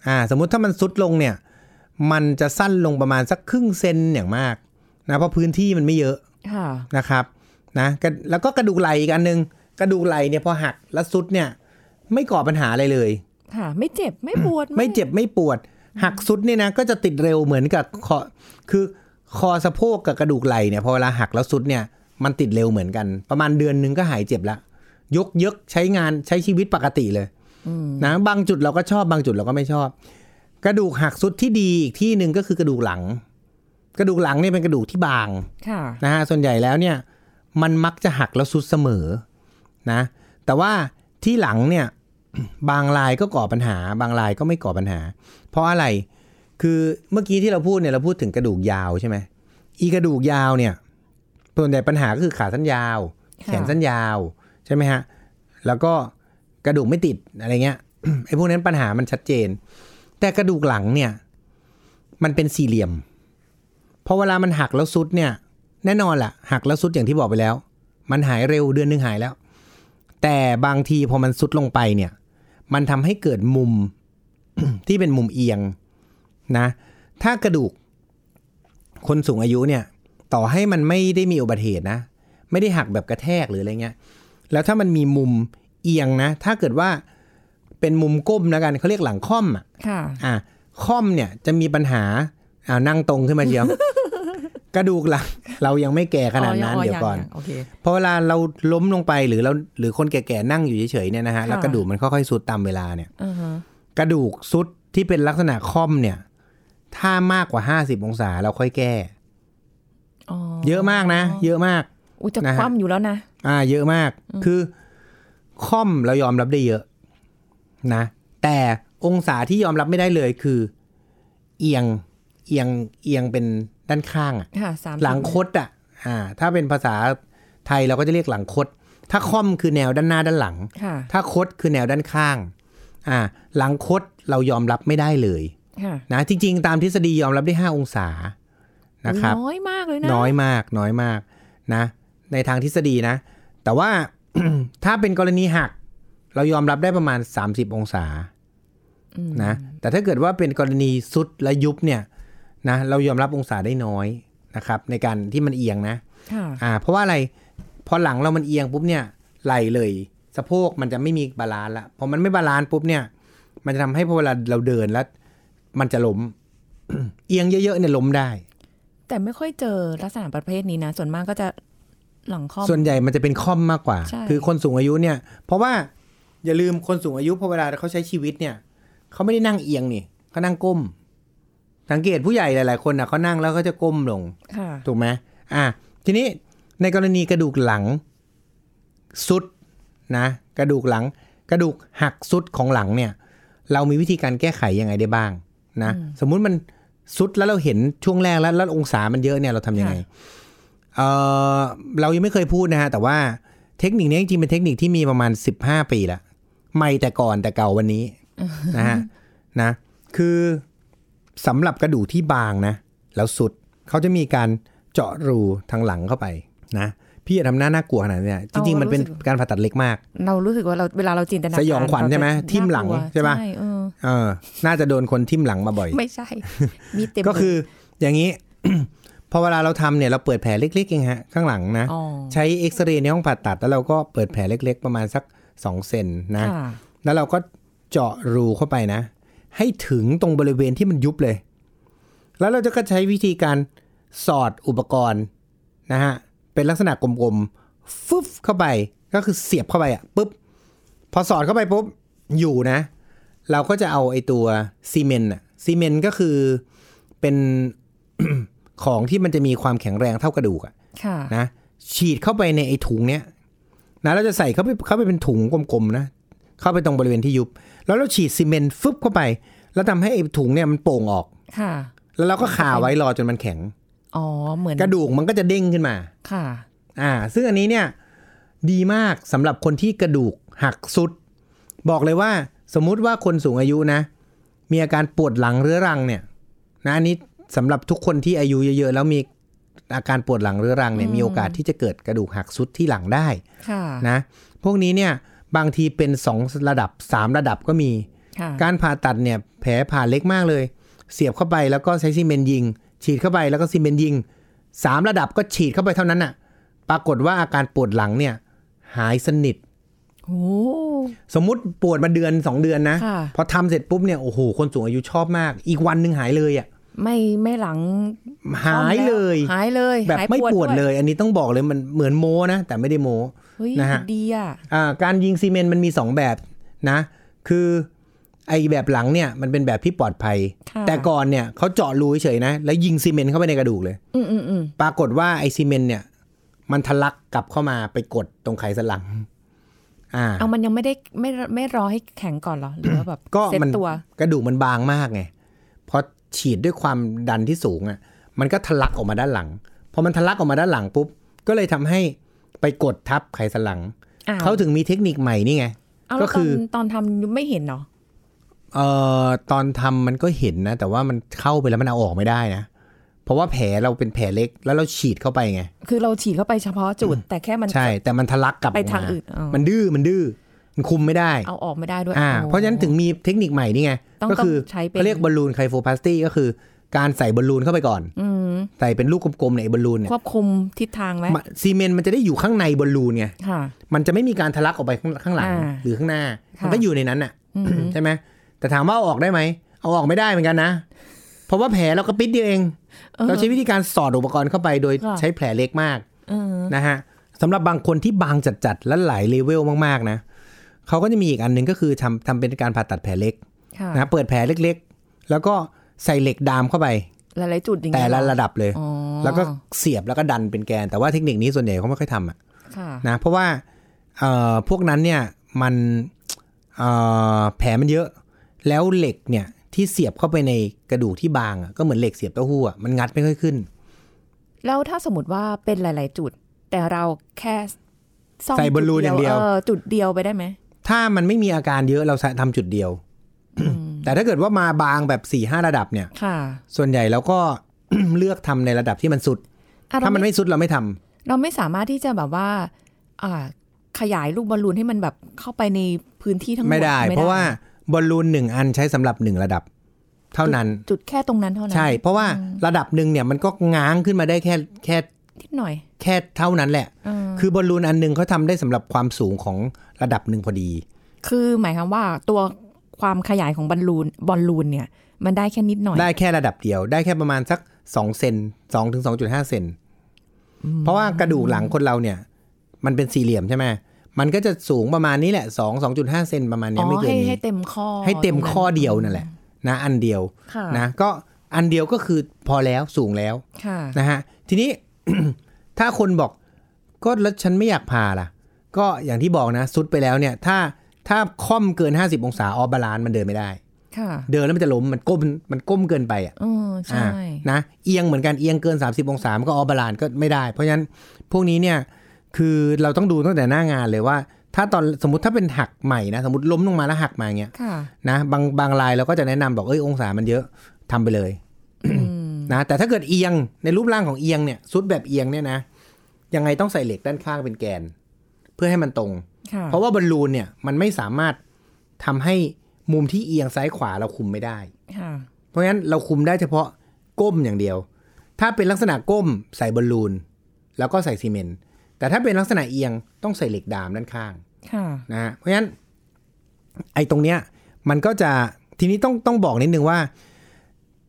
[SPEAKER 2] อ่า สมมุติถ้ามันสุดลงเนี่ย มันจะสั้นลงประมาณสักครึ่งเซนอย่างมากนะเพราะพื้นที่มันไม่เยอะ
[SPEAKER 3] ค่ะ
[SPEAKER 2] นะครับนะกระแล้วก็กระดูกไหล่อีกอันหนึ่งกระดูกไหล่เนี่ยพอหักแล้วสุดเนี่ย ไม่ก่อปัญหาอะไรเลย
[SPEAKER 3] ค่ะ ไม่เจ็บไม่ปวด
[SPEAKER 2] ไม่เจ็บไม่ปวด หักสุดเนี่ยนะก็จะติดเร็วเหมือนกับคอคือคอสะโพกกับกระดูกไหล่เนี่ยพอเวลาหักแล้วสุดเนี่ยมันติดเร็วเหมือนกัน ประมาณเดือนหนึงก็หายเจ็บละยกเยกใช้งานใช้ชีวิตปกติเลยนะบางจุดเราก็ชอบบางจุดเราก็ไม่ชอบ กระดูกหักสุดที่ดีอีกที่หนึ่งก็คือกระดูกหลัง กระดูกหลังเนี่ยเป็นกระดูกที่บาง
[SPEAKER 3] ค่ะ
[SPEAKER 2] นะฮะส่วนใหญ่แล้วเนี่ยมันมักจะหักแล้วสุดเสมอนะแต่ว่าที่หลังเนี่ย บางรายก็ก่อปัญหา บางรายก็ไม่ก่อปัญหา เพราะอะไรคือเมื่อกี้ที่เราพูดเนี่ยเราพูดถึงกระดูกยาวใช่ไหมอีกระดูกยาวเนี่ยส่วนใหญ่ปัญหาก็คือขาสั้นยาว
[SPEAKER 3] ค่ะ
[SPEAKER 2] แขนสั้นยาวใช่ไหมฮะแล้วก็กระดูกไม่ติดอะไรเงี้ย ไอ้พวกนั้นปัญหามันชัดเจน แต่กระดูกหลังเนี่ย มันเป็นสี่เหลี่ยม พอเวลามันหักแล้วซุดเนี่ย แน่นอนล่ะ หักแล้วซุดอย่างที่บอกไปแล้ว มันหายเร็วเดือนหนึงหายแล้ว แต่บางทีพอมันซุดลงไปเนี่ย มันทำให้เกิดมุม ที่เป็นมุมเอียงนะ ถ้ากระดูก คนสูงอายุเนี่ย ต่อให้มันไม่ได้มีอุบัติเหตุนะ ไม่ได้หักแบบกระแทกหรืออะไรเงี้ย แล้วถ้ามันมีมุมเอียงนะ ถ้าเกิดว่าเป็นมุมก้มแล้วกันเขาเรียกหลังค่อมอ่ะ
[SPEAKER 3] ค่ะ
[SPEAKER 2] อ่ะค่อมเนี่ยจะมีปัญหาอ่านั่งตรงขึ้นมาเชียว กระดูกหลังเรายังไม่แก่ขนาดนั้น
[SPEAKER 3] อ๋อ
[SPEAKER 2] เดี๋ยวก่อน
[SPEAKER 3] งงโอเค
[SPEAKER 2] เพราะเวลาเราล้มลงไปหรือเราหรือคนแก่ๆนั่งอยู่เฉยๆเนี่ยนะฮะแล้ว
[SPEAKER 3] ค่ะ
[SPEAKER 2] กระดูกมันค่อยๆซุดตามเวลาเนี่ย
[SPEAKER 3] อ่าฮะ
[SPEAKER 2] กระดูกซุดที่เป็นลักษณะค่อมเนี่ย ถ้ามากกว่า 50 องศาเราค่อยแก้
[SPEAKER 3] อ๋อ
[SPEAKER 2] เยอะมากนะ เยอะมาก
[SPEAKER 3] อุ้ยจะ
[SPEAKER 2] นะฮะ
[SPEAKER 3] คว่ำอยู่แล้วนะ
[SPEAKER 2] อ่า เยอะมาก คือค่อมเรายอมรับได้เยอะนะ แต่องศาที่ยอมรับไม่ได้เลยคือ เอียงเอียงเอียงเป็นด้านข้างอะ
[SPEAKER 3] ค่ะสาม
[SPEAKER 2] หลังคดอ่ะ อ่า ถ้าเป็นภาษาไทยเราก็จะเรียกหลังคด ถ้าค่อมคือแนวด้านหน้าด้านหลัง
[SPEAKER 3] ค่ะ
[SPEAKER 2] ถ้าคดคือแนวด้านข้าง อ่า หลังคดเรายอมรับไม่ได้เลย
[SPEAKER 3] ค่ะ
[SPEAKER 2] นะจริงๆ ตามทฤษฎียอมรับได้ 5 องศานะครับ
[SPEAKER 3] อุ๊ยน้อยมากเลยนะ
[SPEAKER 2] น้อยมากน้อยมากนะ ในทางทฤษฎีนะ แต่ว่า ถ้าเป็นกรณีหัก เรายอมรับได้ประมาณ 30 องศา
[SPEAKER 3] อืม
[SPEAKER 2] นะแต่ถ้าเกิดว่าเป็นกรณีสุดและยุบเนี่ยนะเรายอมรับองศาได้น้อยนะครับ ในการที่มันเอียงนะ
[SPEAKER 3] ค่ะ
[SPEAKER 2] อ่า เพราะว่าอะไรพอหลังเรามันเอียงปุ๊บเนี่ยไหลเลย สะโพกมันจะไม่มีบาลานซ์ละพอมันไม่บาลานซ์ปุ๊บเนี่ย มันจะทำให้พอเวลาเราเดินแล้ว มันจะล้ม เอียงเยอะๆเนี่ยล้มได้
[SPEAKER 3] แต่ไม่ค่อยเจอลักษณะประเภทนี้นะ ส่วนมากก็จะหลังคอม
[SPEAKER 2] ส่วนใหญ่มันจะเป็นค่อมมากกว่า
[SPEAKER 3] ใช่
[SPEAKER 2] คือคนสูงอายุเนี่ย เพราะว่าอย่าลืมคนสูงอายุพอเวลาเขาใช้ชีวิตเนี่ยเขาไม่ได้นั่งเอียงนี่เขานั่งก้ม สังเกตผู้ใหญ่หลายๆคนนะเขานั่งแล้วเขาจะก้มลง
[SPEAKER 3] ค่ะ
[SPEAKER 2] ถูกไหมอ่ะ ทีนี้ในกรณีกระดูกหลังสุดนะ กระดูกหลัง กระดูกหักสุดของหลังเนี่ย เรามีวิธีการแก้ไขยังไงได้บ้างนะ สมมุติมันสุดแล้วเราเห็นช่วงแรกแล้วแล้วองศามันเยอะเนี่ยเราทำยังไง เออเรายังไม่เคยพูดนะฮะ แต่ว่าเทคนิคนี้จริงๆเป็นเทคนิคที่มีประมาณ 15 ปีละไม่แต่ก่อนแต่เก่าวันนี้ นะฮะนะ คือสำหรับกระดูกที่บางนะ แล้วสุดเขาจะมีการเจาะรูทางหลังเข้าไปนะพี่อย่าทำหน้าน่ากลัวขนาดเนี้ยจริง ๆ มันเป็น
[SPEAKER 3] รู้สึก
[SPEAKER 2] การผ่าตัดเล็กมาก
[SPEAKER 3] เรารู้สึกว่าเราเวลาเราจินตนาการ
[SPEAKER 2] สยองขวัญใช่ไหม
[SPEAKER 3] เราจะ
[SPEAKER 2] ทิ่มหลัง
[SPEAKER 3] น่ากว
[SPEAKER 2] ใช่ปะ
[SPEAKER 3] ใช่เออ
[SPEAKER 2] เออ น่าจะโดนคนทิ่มหลังมาบ่อย
[SPEAKER 3] ไม่ใช่ มีเต็ม
[SPEAKER 2] ก็คืออย่างนี้ พอเวลาเราทำเนี่ยเราเปิดแผลเล็กๆเองฮะข้างหลังนะ
[SPEAKER 3] อ๋อ
[SPEAKER 2] ใช้เอ็กซเรย์ในห้องผ่าตัด แล้วเราก็เปิดแผลเล็ก ๆ ประมาณสัก2เซนนะ
[SPEAKER 3] ค่ะ
[SPEAKER 2] แล้วเราก็เจาะรูเข้าไปนะ ให้ถึงตรงบริเวณที่มันยุบเลย แล้วเราจะก็ใช้วิธีการสอดอุปกรณ์นะฮะเป็นลักษณะกลมๆฟึบเข้าไปก็คือเสียบเข้าไปอะปุ๊บพอสอดเข้าไปปุ๊บอยู่นะ เราก็จะเอาไอ้ตัวซีเมนต์อะซีเมนต์ก็คือเป็น ของที่มันจะมีความแข็งแรงเท่ากระดูกอะ
[SPEAKER 3] ค่ะ
[SPEAKER 2] นะฉีดเข้าไปในไอ้ถุงเนี้ยนะเราจะใส่เข้าไปเข้าไปเป็นถุงกลมๆนะเข้าไปตรงบริเวณที่ยุบ แล้วเราฉีดซีเมนต์ฟึบเข้าไป แล้วทำให้ไอ้ถุงเนี่ยมันโป่งออก
[SPEAKER 3] ค่ะ
[SPEAKER 2] แล้วเราก็คาไว้รอจนมันแข็ง
[SPEAKER 3] อ๋อ เหมือน
[SPEAKER 2] กระดูกมันก็จะเด้งขึ้นมา
[SPEAKER 3] ค่ะ
[SPEAKER 2] อ่าซึ่งอันนี้เนี่ยดีมากสำหรับคนที่กระดูกหักสุด บอกเลยว่าสมมุติว่าคนสูงอายุนะ มีอาการปวดหลังเรื้อรังเนี่ยนะอันนี้สำหรับทุกคนที่อายุเยอะๆแล้วมีอาการปวดหลังเรื้อรังเนี่ยมีโอกาสที่จะเกิดกระดูกหักสุดที่หลังได้
[SPEAKER 3] ค่ะ
[SPEAKER 2] นะพวกนี้เนี่ยบางทีเป็น 2 ระดับ 3 ระดับก็มี
[SPEAKER 3] ค่ะ
[SPEAKER 2] การผ่าตัดเนี่ยแผลผ่าเล็กมากเลย เสียบเข้าไปแล้วก็ใช้ซีเมนต์ยิง ฉีดเข้าไปแล้วก็ซีเมนต์ยิง 3 ระดับก็ฉีดเข้าไปเท่านั้นน่ะปรากฏว่าอาการปวดหลังเนี่ยหายสนิท
[SPEAKER 3] โอ้
[SPEAKER 2] สมมติปวดมาเดือน 2 เดือนนะ
[SPEAKER 3] ค่ะ
[SPEAKER 2] พอทำเสร็จปุ๊บเนี่ยโอ้โหคนสูงอายุชอบมาก อีกวันหนึ่งหายเลยอ่ะ
[SPEAKER 3] ไม่ไม่หลัง
[SPEAKER 2] หายเลย
[SPEAKER 3] หายเลย
[SPEAKER 2] แบบ
[SPEAKER 3] หาย
[SPEAKER 2] ไม่ปวดเลย ย อันนี้ต้องบอกเลยมันเหมือนโมนะ แต่ไม่ได้โม
[SPEAKER 3] เฮ้ย
[SPEAKER 2] นะฮะ
[SPEAKER 3] ดีอ่ะ
[SPEAKER 2] อ่าการยิงซีเมนต์มันมี 2 แบบนะ คือไอแบบหลังเนี่ยมันเป็นแบบที่ปลอดภัย
[SPEAKER 3] ค่ะ
[SPEAKER 2] แต่ก่อนเนี่ยเขาเจาะรูเฉยๆนะ แล้วยิงซีเมนต์เข้าไปในกระดูกเลย
[SPEAKER 3] อืมอืมอืม
[SPEAKER 2] ปรากฏว่าไอซีเมนต์เนี่ยมันทะลักกลับเข้ามาไปกดตรงไขสันหลัง อ่า
[SPEAKER 3] เอามันยังไม่ได้ไม่ไม่รอให้แข็งก่อนเหรอ หรือว่าแบบ
[SPEAKER 2] ก็
[SPEAKER 3] เซ็ต
[SPEAKER 2] มัน
[SPEAKER 3] ตัว
[SPEAKER 2] กระดูกมันบางมากไงพอฉีดด้วยความดันที่สูงอ่ะ มันก็ทะลักออกมาด้านหลัง พอมันทะลักออกมาด้านหลังปุ๊บ ก็เลยทำให้ไปกดทับไขสันหลัง
[SPEAKER 3] อ้าว
[SPEAKER 2] เขาถึงมีเทคนิคใหม่นี่ไง
[SPEAKER 3] เอา
[SPEAKER 2] ก็
[SPEAKER 3] แล้วต
[SPEAKER 2] คื
[SPEAKER 3] อน
[SPEAKER 2] อ
[SPEAKER 3] ตอนทำไม่เห็นเนาะ
[SPEAKER 2] เอ่อตอนทำมันก็เห็นนะ แต่ว่ามันเข้าไปแล้วมันเอาออกไม่ได้นะ เพราะว่าแผลเราเป็นแผลเล็กแล้วเราฉีดเข้าไปไง
[SPEAKER 3] คือเราฉีดเข้าไปเฉพาะจุด แต่แค่มัน
[SPEAKER 2] ใช่ แต่มันทะลักกลับอ
[SPEAKER 3] ไป
[SPEAKER 2] อกม
[SPEAKER 3] ทางอื่นอ๋อ
[SPEAKER 2] มันดื้อมันดื้อ มันคุมไม่ได้
[SPEAKER 3] เอาออกไม่ได้ด้วย
[SPEAKER 2] อ่า
[SPEAKER 3] โอ้
[SPEAKER 2] เพราะฉะนั้นถึงมีเทคนิคใหม่นี่ไง
[SPEAKER 3] ต้อง
[SPEAKER 2] ก็คือ
[SPEAKER 3] ต้องใช้เป็น
[SPEAKER 2] เขาเรียกบอลลูนไคโฟพลาสตี้ก็คือ การใส่บอลลูนเข้าไปก่อน
[SPEAKER 3] อืม
[SPEAKER 2] ใส่เป็นลูกกลมๆในยไอ้บอลลูนเนี่ย
[SPEAKER 3] ควบคุมทิศทางไว้
[SPEAKER 2] มันซีเมนต์มันจะได้อยู่ข้างในบอลลูนไง
[SPEAKER 3] ค่ะ
[SPEAKER 2] มันจะไม่มีการทะลักออกไปข้างข้างหลัง
[SPEAKER 3] อ่า
[SPEAKER 2] หรือข้างหน้า
[SPEAKER 3] ค่ะ
[SPEAKER 2] มันก็อยู่ในนั้นน่ะ
[SPEAKER 3] อืม
[SPEAKER 2] ใช่ไหมแต่ถามว่าเอาออกได้ไหม เอาออกไม่ได้เหมือนกันนะ เพราะว่าแผลเราก็ปิดเดียวเอง
[SPEAKER 3] ออ
[SPEAKER 2] เราใช้วิธีการสอดอุปกรณ์เข้าไปโดย
[SPEAKER 3] ค่ะ
[SPEAKER 2] ใช้แผลเล็กมาก
[SPEAKER 3] เออ
[SPEAKER 2] นะฮะสำหรับบางคนที่บางจัดๆและหลายเลเวลมากๆนะเขาก็จะมีอีกอันหนึ่งก็คือทำทำเป็นการผ่าตัดแผลเล็ก
[SPEAKER 3] ค่ะ
[SPEAKER 2] นะเปิดแผลเล็กๆ แล้วก็ใส่เหล็กดามเข้าไป
[SPEAKER 3] หลายๆจุดอย่าง
[SPEAKER 2] แต่
[SPEAKER 3] เงี้ย
[SPEAKER 2] ละ
[SPEAKER 3] เหอ
[SPEAKER 2] ระดับเลย
[SPEAKER 3] อ๋อ
[SPEAKER 2] แล้วก็เสียบแล้วก็ดันเป็นแกน แต่ว่าเทคนิคนี้ส่วนใหญ่เขาไม่ค่อยทำอะ
[SPEAKER 3] ค่ะ
[SPEAKER 2] นะเพราะว่าเอ่อพวกนั้นเนี่ยมันเอ่อแผลมันเยอะ แล้วเหล็กเนี่ยที่เสียบเข้าไปในกระดูกที่บางอะก็เหมือนเหล็กเสียบเต้าหู้อะมันงัดไม่ค่อยขึ้น
[SPEAKER 3] แล้วถ้าสมมติว่าเป็นหลาย ๆ จุด แต่เราแค่ซ่อม
[SPEAKER 2] ใส่บอลลูนอย่างเดียว
[SPEAKER 3] อจุดเดียวไปได้ไหม
[SPEAKER 2] ถ้ามันไม่มีอาการเยอะเราทำจุดเดียว แต่ถ้าเกิดว่ามาบางแบบ4ี่ห้าระดับเนี่ย
[SPEAKER 3] ค่ะ
[SPEAKER 2] ส่วนใหญ่เราก็ เลือกทำในระดับที่มันสุด
[SPEAKER 3] อ่ะ
[SPEAKER 2] ถ้า
[SPEAKER 3] เรา
[SPEAKER 2] มัน
[SPEAKER 3] ไม่
[SPEAKER 2] ไม่สุดเราไม่ทำ
[SPEAKER 3] เราไม่สามารถที่จะแบบว่า อ่า ขยายลูกบอลลูนให้มันแบบเข้าไปในพื้นที่ทั้งหมด
[SPEAKER 2] ไม่ได้ เพราะว่าบอลลูนหนึ่งอันใช้สำหรับหนึ่งระดับ เท่านั้น
[SPEAKER 3] จุดแค่ตรงนั้นเท่านั้น
[SPEAKER 2] ใช่ เพราะว่าระดับหนึ่งเนี่ยมันก็ง้างขึ้นมาได้แค่แค่
[SPEAKER 3] นิดหน่อย
[SPEAKER 2] แค่เท่านั้นแหละ
[SPEAKER 3] เออ
[SPEAKER 2] คือบอลลูนอันหนึงเขาทำได้สำหรับความสูงของระดับหนึ่งพอดี
[SPEAKER 3] คือหมายความว่าตัวความขยายของบอลลูนบอลลูนเนี่ย มันได้แค่นิดหน่อย
[SPEAKER 2] ได้แค่ระดับเดียว ได้แค่ประมาณสัก2เซน2ถึง2.5 เซน เพราะว่ากระดูกหลังคนเราเนี่ย มันเป็นสี่เหลี่ยมใช่ไหม มันก็จะสูงประมาณนี้แหละ2 2.5 เซนประมาณ
[SPEAKER 3] อ๋
[SPEAKER 2] เนี้ย
[SPEAKER 3] อ
[SPEAKER 2] ไม่เกิน
[SPEAKER 3] ให้
[SPEAKER 2] นี้
[SPEAKER 3] ให้เต็มข้อ
[SPEAKER 2] ให้เต็ม
[SPEAKER 3] ตรงนั้น
[SPEAKER 2] ข้อเดียวนั่นแหละนะอันเดียว
[SPEAKER 3] ค่ะ
[SPEAKER 2] นะก็อันเดียวก็คือพอแล้วสูงแล้ว
[SPEAKER 3] ค่ะ
[SPEAKER 2] นะฮะทีนี้ ถ้าคนบอกก็แล้วฉันไม่อยากผ่าล่ะ ก็อย่างที่บอกนะซุดไปแล้วเนี่ย ถ้าถ้าค่อมเกิน 50 องศาออบาลานซ์มันเดินไม่ได้
[SPEAKER 3] ค่ะ
[SPEAKER 2] เดินแล้วมันจะล้มมันก้มมันก้มเกินไปอ่ะ
[SPEAKER 3] เออใช่
[SPEAKER 2] อ่านะเอียงเหมือนกันเอียงเกิน 30 องศามันก็ออบาลานซ์ก็ไม่ได้ เพราะฉะนั้นพวกนี้เนี่ยคือเราต้องดูตั้งแต่หน้างานเลยว่า ถ้าตอนสมมติถ้าเป็นหักใหม่นะสมมติล้มลงมาแล้วหักมาอย่างเงี้ย
[SPEAKER 3] ค่ะ
[SPEAKER 2] นะบางบางรายเราก็จะแนะนำบอกเอ้ยองศามันเยอะทำไปเลย
[SPEAKER 3] อืม
[SPEAKER 2] นะแต่ถ้าเกิดเอียงในรูปร่างของเอียงเนี่ยซุดแบบเอียงเนี่ยนะยังไงต้องใส่เหล็กด้านข้างเป็นแกน เพื่อให้มันตรง
[SPEAKER 3] ค่ะ
[SPEAKER 2] เพราะว่าบอลลูนเนี่ยมันไม่สามารถทำให้มุมที่เอียงซ้ายขวาเราคุมไม่ได้
[SPEAKER 3] ค่ะ
[SPEAKER 2] เพราะงั้นเราคุมได้เฉพาะก้มอย่างเดียว ถ้าเป็นลักษณะก้มใส่บอลลูนแล้วก็ใส่ซีเมนต์แต่ถ้าเป็นลักษณะเอียงต้องใส่เหล็กดามด้านข้าง
[SPEAKER 3] ค่ะ
[SPEAKER 2] นะฮะเพราะฉะนั้นไอ้ตรงเนี้ยมันก็จะทีนี้ต้องต้องบอกนิดนึงว่า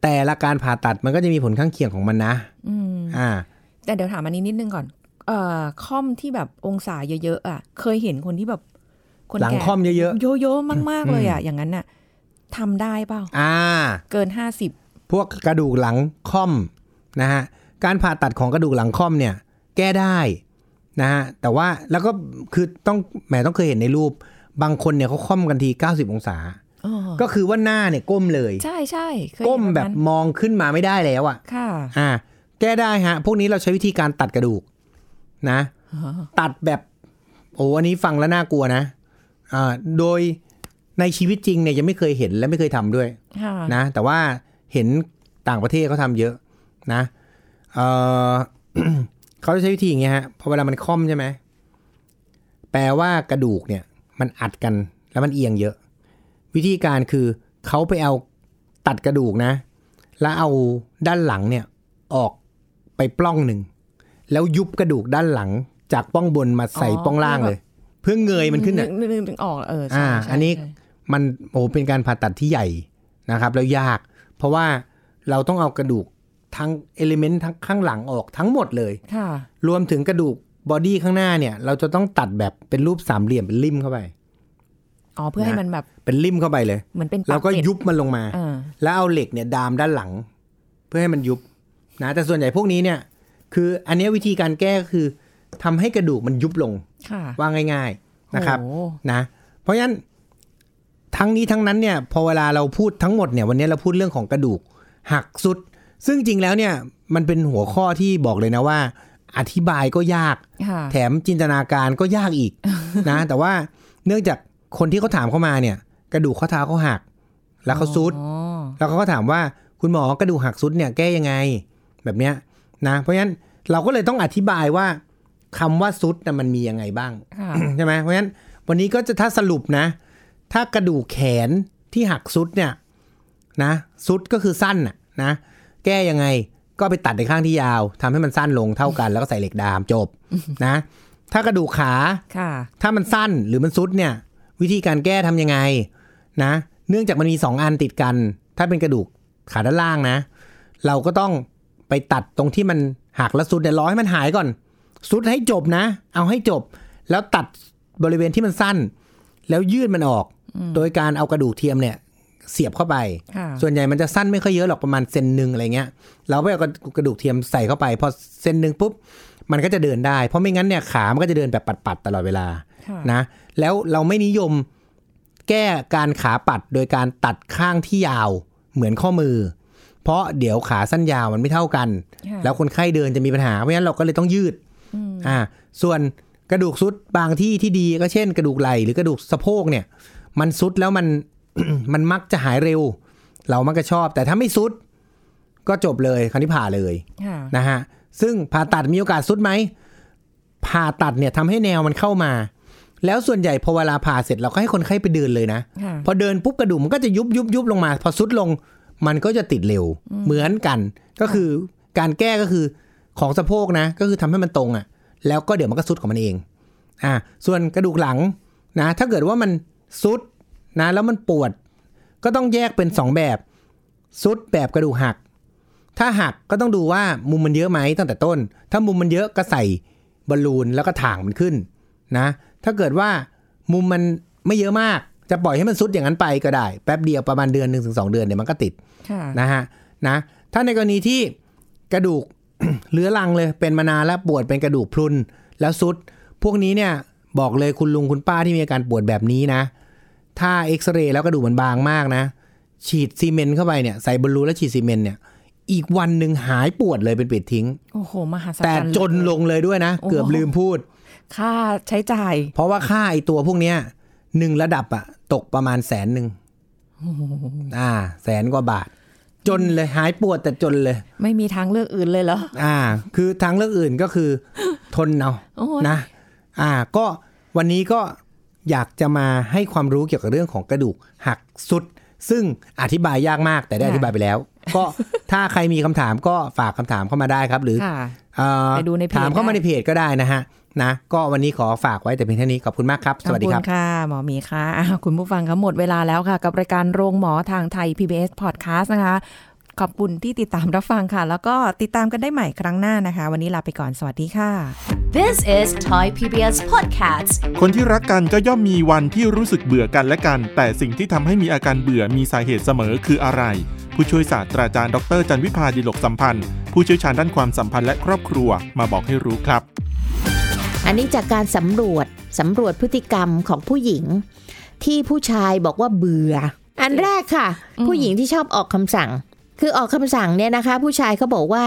[SPEAKER 2] แต่ละการผ่าตัดมันก็จะมีผลข้างเคียงของมันนะ
[SPEAKER 3] อืม
[SPEAKER 2] อ่า
[SPEAKER 3] แต่เดี๋ยวถามอันนี้นิดนึงก่อน เอ่อค่อมที่แบบองศาเยอะๆอ่ะ เคยเห็นคนที่แบบคน
[SPEAKER 2] หลัง
[SPEAKER 3] แก่
[SPEAKER 2] ค่อมเยอะ
[SPEAKER 3] โยโย่มากๆเลยอ่ะ อย่างนั้นน่ะทำได้เปล่า
[SPEAKER 2] ๆอ่า
[SPEAKER 3] เกินห้าสิบ
[SPEAKER 2] พวกกระดูกหลังค่อมนะฮะการผ่าตัดของกระดูกหลังค่อมเนี่ย แก้ได้นะฮะแต่ว่าแล้วก็คือต้องแหมต้องเคยเห็นในรูป บางคนเนี่ยเขาค่อมกันที 90 องศา ก็คือว่าหน้าเนี่ยก้มเลย
[SPEAKER 3] ใช่ใช่เคย
[SPEAKER 2] ก้ม
[SPEAKER 3] เห็น
[SPEAKER 2] แบบ
[SPEAKER 3] นั้น
[SPEAKER 2] มองขึ้นมาไม่ได้แล้วอ่ะ
[SPEAKER 3] ค่ะ
[SPEAKER 2] อ่าแก้ได้ฮะ พวกนี้เราใช้วิธีการตัดกระดูกนะ
[SPEAKER 3] อ๋อ
[SPEAKER 2] ตัดแบบโอ้อันนี้ฟังแล้วน่ากลัวนะอ่าโดยในชีวิตจริงเนี่ยยังไม่เคยเห็นและไม่เคยทำด้วย
[SPEAKER 3] ค่ะ
[SPEAKER 2] นะ แต่ว่าเห็นต่างประเทศเขาทำเยอะนะเอ่อ เขาจะใช้วิธีอย่างเงี้ยฮะพอเวลามันค่อมใช่ไหมแปลว่ากระดูกเนี่ย มันอัดกันแล้วมันเอียงเยอะ วิธีการคือเขาไปเอาตัดกระดูกนะ แล้วเอาด้านหลังเนี่ย ออกไปปล้องหนึ่ง แล้วยุบกระดูกด้านหลัง จากปล้องบนมาใส่
[SPEAKER 3] อ๋อ
[SPEAKER 2] ปล้องล่างเลย เพื่อเงยมันขึ้น
[SPEAKER 3] นึ
[SPEAKER 2] อ่ะ
[SPEAKER 3] กนึกนึกถึงออกเออใช่
[SPEAKER 2] อ่า
[SPEAKER 3] ใช่
[SPEAKER 2] อันนี้
[SPEAKER 3] ใช่
[SPEAKER 2] มันโอ้เป็นการผ่าตัดที่ใหญ่นะครับ แล้วยาก เพราะว่าเราต้องเอากระดูกทั้งเอลิเมนต์ทั้งข้างหลังออกทั้งหมดเลย
[SPEAKER 3] ค่ะ
[SPEAKER 2] รวมถึงกระดูกบอดี้ข้างหน้าเนี่ย เราจะต้องตัดแบบเป็นรูปสามเหลี่ยมเป็นริมเข้าไป
[SPEAKER 3] อ๋อเพื่อให้มันแบบ
[SPEAKER 2] เป็นริมเข้าไปเลย
[SPEAKER 3] เหมือนเป็น
[SPEAKER 2] แล้วก็
[SPEAKER 3] ปาเป็ด
[SPEAKER 2] ยุบมันลงมา
[SPEAKER 3] เออ
[SPEAKER 2] แล้วเอาเหล็กเนี่ยดามด้านหลัง เพื่อให้มันยุบนะแต่ส่วนใหญ่พวกนี้เนี่ย คืออันเนี้ยวิธีการแก้ก็คือทำให้กระดูกมันยุบลง
[SPEAKER 3] ค่ะ
[SPEAKER 2] ว่าง่าย ๆนะครับ
[SPEAKER 3] โอ้โห
[SPEAKER 2] นะเพราะฉะนั้นทั้งนี้ทั้งนั้นเนี่ยพอเวลาเราพูดทั้งหมดเนี่ยวันนี้เราพูดเรื่องของกระดูกหักสุด ซึ่งจริงแล้วเนี่ยมันเป็นหัวข้อที่บอกเลยนะว่า อธิบายก็ยาก
[SPEAKER 3] ค่ะ
[SPEAKER 2] แถมจินตนาการก็ยากอีก นะแต่ว่าเนื่องจากคนที่เขาถามเข้ามาเนี่ย กระดูกข้อเท้าเขาหัก แล้วเขาซุด
[SPEAKER 3] อ๋อ
[SPEAKER 2] แล้วเขาก็ถามว่าคุณหมอกระดูกหักซุดเนี่ยแก้ยังไงแบบเนี้ยนะเพราะฉะนั้นเราก็เลยต้องอธิบายว่าคำว่าซุดน่ะมันมียังไงบ้าง
[SPEAKER 3] ค่ะ
[SPEAKER 2] ใช่ไหมเพราะฉะนั้น วันนี้ก็จะถ้าสรุปนะ ถ้ากระดูกแขนที่หักสุดเนี่ยนะสุดก็คือสั้นน่ะนะ แก้ยังไงก็ไปตัดในข้างที่ยาวทำให้มันสั้นลงเท่ากัน แล้วก็ใส่เหล็กดามจบนะ ถ้ากระดูกขา
[SPEAKER 3] ค่ะ
[SPEAKER 2] ถ้ามันสั้นหรือมันซุดเนี่ย วิธีการแก้ทำยังไงนะ เนื่องจากมันมี 2 อันติดกัน ถ้าเป็นกระดูกขาด้านล่างนะ เราก็ต้องไปตัดตรงที่มันหักและซุดเนี่ยรอให้มันหายก่อนซุดให้จบนะ เอาให้จบ แล้วตัดบริเวณที่มันสั้น แล้วยืดมันออก โดยการเอากระดูกเทียมเนี่ย เสียบเข้าไป
[SPEAKER 3] ค่ะ
[SPEAKER 2] ส่วนใหญ่มันจะสั้นไม่ค่อยเยอะหรอกประมาณเซนหนึ่งอะไรเงี้ย เราไปเอากระดูกเทียมใส่เข้าไปพอเซนหนึ่งปุ๊บมันก็จะเดินได้ เพราะไม่งั้นเนี่ยขามันก็จะเดินแบบปัดๆตลอดเวลา
[SPEAKER 3] ค่ะ
[SPEAKER 2] นะแล้วเราไม่นิยมแก้การขาปัดโดยการตัดข้างที่ยาวเหมือนข้อมือ เพราะเดี๋ยวขาสั้นยาวมันไม่เท่ากัน
[SPEAKER 3] ค่ะ
[SPEAKER 2] แล้วคนไข้เดินจะมีปัญหาเพราะฉะนั้นเราก็เลยต้องยืดอ่าส่วนกระดูกซุดบางที่ที่ดีก็เช่น กระดูกไหล่หรือกระดูกสะโพกเนี่ย มันซุดแล้วมัน มันมักจะหายเร็ว เรามักจะชอบ แต่ถ้าไม่ซุดก็จบเลยคราวนี้ผ่าเลย
[SPEAKER 3] ค่ะ
[SPEAKER 2] นะฮะซึ่งผ่าตัดมีโอกาสสุดไหมผ่าตัดเนี่ยทำให้แนวมันเข้ามา แล้วส่วนใหญ่พอเวลาผ่าเสร็จเราก็ให้คนไข้ไปเดินเลยนะ
[SPEAKER 3] ค่ะ
[SPEAKER 2] พอเดินปุ๊บกระดูกมันก็จะยุบยุบยุบลงมา พอสุดลงมันก็จะติดเร็วเหมือนกัน ก็คือการแก้ก็คือของสะโพกนะ ก็คือทำให้มันตรงอะ่ะ แล้วก็เดี๋ยวมันก็สุดของมันเองอ่าส่วนกระดูกหลังนะถ้าเกิดว่ามันสุดนะแล้วมันปวด ก็ต้องแยกเป็นสองแบบสุดแบบกระดูกหัก ถ้าหักก็ต้องดูว่ามุมมันเยอะไหมตั้งแต่ต้น ถ้ามุมมันเยอะก็ใส่บอลลูนแล้วก็ถ่างมันขึ้นนะ ถ้าเกิดว่ามุมมันไม่เยอะมาก จะปล่อยให้มันซุดอย่างนั้นไปก็ได้ แป๊บเดียวประมาณเดือนหนึ่งถึงสองเดือนเดี๋ยวมันก็ติด
[SPEAKER 3] ค่ะ
[SPEAKER 2] นะฮะนะ ถ้าในกรณีที่กระดูก เรื้อรังเลยเป็นมานานแล้วปวดเป็นกระดูกพรุนแล้วซุด พวกนี้เนี่ยบอกเลยคุณลุงคุณป้าที่มีอาการปวดแบบนี้นะ ถ้าเอ็กซเรย์แล้วกระดูกมันบางมากนะ ฉีดซีเมนต์เข้าไปเนี่ยใส่บอลลูนแล้วฉีดซีเมนต์เนี่ย อีกวันหนึ่งหายปวดเลยเป็นปิดทิ้ง
[SPEAKER 3] โอ้โห มหาศาล
[SPEAKER 2] แต่จนลงเลยด้วยนะ เกือบลืมพูด
[SPEAKER 3] ค่าใช้จ่าย
[SPEAKER 2] เพราะว่าค่าไอตัวพวกเนี้ยหนึ่งระดับอะตกประมาณแสนหนึ่งอ่า แสนกว่าบาท จนเลยหายปวดแต่จนเลย
[SPEAKER 3] ไม่มีทางเลือกอื่นเลยเหรอ
[SPEAKER 2] อ่า คือทางเลือกอื่นก็คือ ทนเอา
[SPEAKER 3] โอ้ย
[SPEAKER 2] นะ อ่า ก็วันนี้ก็อยากจะมาให้ความรู้เกี่ยวกับเรื่องของกระดูกหักสุด ซึ่งอธิบายยากมากแต่ได้อธิบายไปแล้ว ก็ถ้าใครมีคำถาม ก็ฝากคำถามเข้ามาได้ครับ หรือ
[SPEAKER 3] ค่ะ
[SPEAKER 2] เอ่อ
[SPEAKER 3] ไปดูในเพจ
[SPEAKER 2] ถามเข้ามา
[SPEAKER 3] ได้
[SPEAKER 2] ในเพจก็ได้นะฮะนะ ก็วันนี้ขอฝากไว้แต่เพียงเท่านี้ขอบคุณมากครับ สวัสดีครับ
[SPEAKER 3] ขอณค่ะหมอหมีค่ะอ้าวคุณผู้ฟังคะหมดเวลาแล้วค่ะ กับรายการโรงหมอทางไทย PBS Podcast นะคะ ขอบคุณที่ติดตามรับฟังค่ะ แล้วก็ติดตามกันได้ใหม่ครั้งหน้านะคะ วันนี้ลาไปก่อนสวัสดีค่ะ
[SPEAKER 1] This is Thai PBS Podcast.
[SPEAKER 4] คนที่รักกันก็ย่อมมีวันที่รู้สึกเบื่อกันและกัน แต่สิ่งที่ทำให้มีอาการเบื่อมีสาเหตุเสมอคืออะไร ผู้ช่วยศาสตราจารย์ดรจันวิพาดิลกสัมพันธ์ ผู้เชี่ยวชาญด้านความสัมพันธ์และครอบครัวมาบอกให้รู้ครับ
[SPEAKER 5] อันนี้จากการสำรวจสำรวจพฤติกรรมของผู้หญิง ที่ผู้ชายบอกว่าเบื่อ อันแรกค่ะ ผู้หญิงที่ชอบออกคำสั่ง คือออกคำสั่งเนี่ยนะคะ ผู้ชายเขาบอกว่า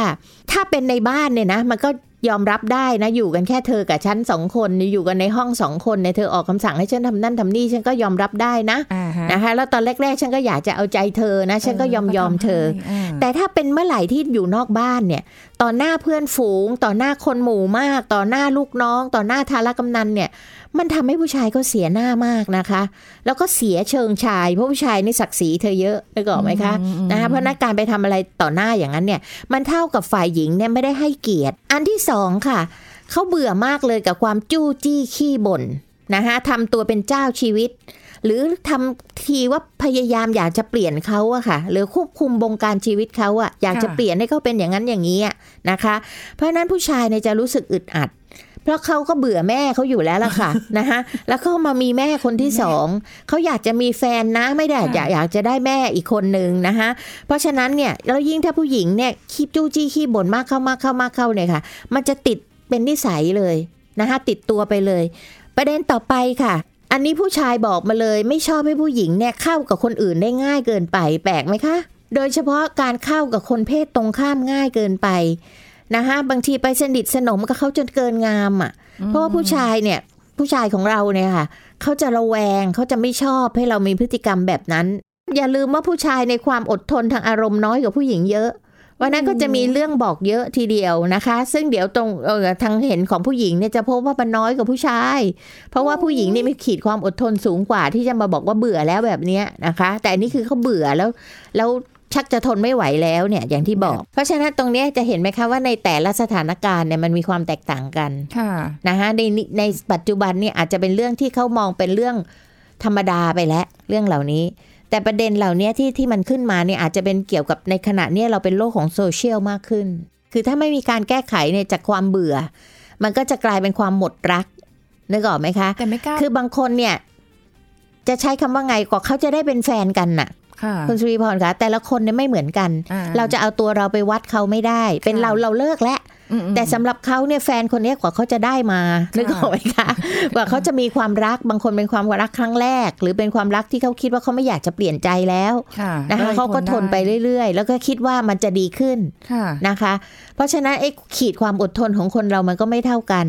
[SPEAKER 5] ถ้าเป็นในบ้านเนี่ยนะ มันก็ยอมรับได้นะ อยู่กันแค่เธอกับฉันสองคนอยู่กันในห้องสองคนเนี่ยเธอออกคำสั่งให้ฉันทำนั่นทำนี่ฉันก็ยอมรับได้นะ
[SPEAKER 3] อ่าฮะ
[SPEAKER 5] นะคะแล้วตอนแรก ๆ ฉันก็อยากจะเอาใจเธอนะ ฉันก็ยอมยอมเธอ แต่ถ้าเป็นเมื่อไหร่ที่อยู่นอกบ้านเนี่ย ต่อหน้าเพื่อนฝูง ต่อหน้าคนหมู่มาก ต่อหน้าลูกน้อง ต่อหน้าทารกำนันเนี่ย มันทำให้ผู้ชายก็เสียหน้ามากนะคะ แล้วก็เสียเชิงชาย เพราะผู้ชายนี่ศักดิ์ศรีเธอเยอะนึกออกไหมคะนะคะเพราะนักการไปทำอะไรต่อหน้าอย่างนั้นเนี่ย มันเท่ากับฝ่ายหญิงเนี่ยไม่ได้ให้เกียรติ อันที่สองค่ะ เขาเบื่อมากเลยกับความจู้จี้ขี้บ่นนะคะทำตัวเป็นเจ้าชีวิต หรือทำทีว่าพยายามอยากจะเปลี่ยนเขาอะค่ะ หรือควบคุมบงการชีวิตเขาอะอยากจะ
[SPEAKER 3] ค่ะ
[SPEAKER 5] เปลี่ยนให้เขาเป็นอย่างนั้นอย่างนี้อะนะคะ เพราะฉะนั้นผู้ชายเนี่ยจะรู้สึกอึดอัด เพราะเขาก็เบื่อแม่เขาอยู่แล้วล่ะค่ะ นะคะแล้วเขามามีแม่คนที่สองเขาอยากจะมีแฟนนะไม่ได้อยากอยากจะได้แม่อีกคนหนึ่งนะคะเพราะฉะนั้นเนี่ยแล้วยิ่งถ้าผู้หญิงเนี่ยขี้จู้จี้ขี้บ่นมากเข้ามากเข้ามากเข้าเนี่ยค่ะ มันจะติดเป็นนิสัยเลยนะคะติดตัวไปเลย ประเด็นต่อไปค่ะ อันนี้ผู้ชายบอกมาเลย ไม่ชอบให้ผู้หญิงเนี่ยเข้ากับคนอื่นได้ง่ายเกินไปแปลกไหมคะ โดยเฉพาะการเข้ากับคนเพศตรงข้ามง่ายเกินไปนะคะบางทีไปสนิทสนมกับเขาจนเกินงามอ่ะ เพราะว่าผู้ชายเนี่ยผู้ชายของเราเนี่ยค่ะเขาจะระแวงเขาจะไม่ชอบให้เรามีพฤติกรรมแบบนั้น อย่าลืมว่าผู้ชายในความอดทนทางอารมณ์น้อยกว่าผู้หญิงเยอะ วันนั้นก็จะมีเรื่องบอกเยอะทีเดียวนะคะ ซึ่งเดี๋ยวตรงเออทางเห็นของผู้หญิงเนี่ยจะพบว่ามันน้อยกว่าผู้ชาย เพราะว่าผู้หญิงนี่มีขีดความอดทนสูงกว่าที่จะมาบอกว่าเบื่อแล้วแบบเนี้ยนะคะ แต่อันนี่คือเขาเบื่อแล้วแล้วชักจะทนไม่ไหวแล้วเนี่ยอย่างที่บอก เพราะฉะนั้นตรงเนี้ยจะเห็นไหมคะว่าในแต่ละสถานการณ์เนี่ยมันมีความแตกต่างกัน
[SPEAKER 3] ค่ะ
[SPEAKER 5] นะคะในนิในปัจจุบันเนี่ยอาจจะเป็นเรื่องที่เขามองเป็นเรื่องธรรมดาไปแล้วเรื่องเหล่านี้ แต่ประเด็นเหล่านี้ที่ที่มันขึ้นมาเนี่ยอาจจะเป็นเกี่ยวกับในขณะเนี้เราเป็นโลกของโซเชียลมากขึ้น คือถ้าไม่มีการแก้ไขเนี่ยจากความเบื่อ มันก็จะกลายเป็นความหมดรักนึกออกไหมคะ
[SPEAKER 3] แต่ไม่กล้า
[SPEAKER 5] คือบางคนเนี่ยจะใช้คำว่าไงกว่าเขาจะได้เป็นแฟนกันน่ะ
[SPEAKER 3] ค่ะ
[SPEAKER 5] คุณสุริพรคะแต่ละคนเนี่ยไม่เหมือนกัน
[SPEAKER 3] อ่
[SPEAKER 5] เราจะเอาตัวเราไปวัดเขาไม่ได้ เป็น
[SPEAKER 3] ค่ะ
[SPEAKER 5] เราเราเลิกแล้ว
[SPEAKER 3] อืมอืม
[SPEAKER 5] แต่สำหรับเขาเนี่ยแฟนคนเนี้ยกว่าเขาจะได้มา
[SPEAKER 3] ค่ะ
[SPEAKER 5] นึกออกไหมคะกว่าเขาจะมีความรักบางคนเป็นความรักครั้งแรก หรือเป็นความรักที่เขาคิดว่าเขาไม่อยากจะเปลี่ยนใจแล้ว
[SPEAKER 3] ค่ะ
[SPEAKER 5] นะคะเขาก็ทนไปเรื่อย ๆ แล้วก็คิดว่ามันจะดีขึ้น
[SPEAKER 3] ค่ะ
[SPEAKER 5] นะคะ เพราะฉะนั้นไอ้ขีดความอดทนของคนเรามันก็ไม่เท่ากัน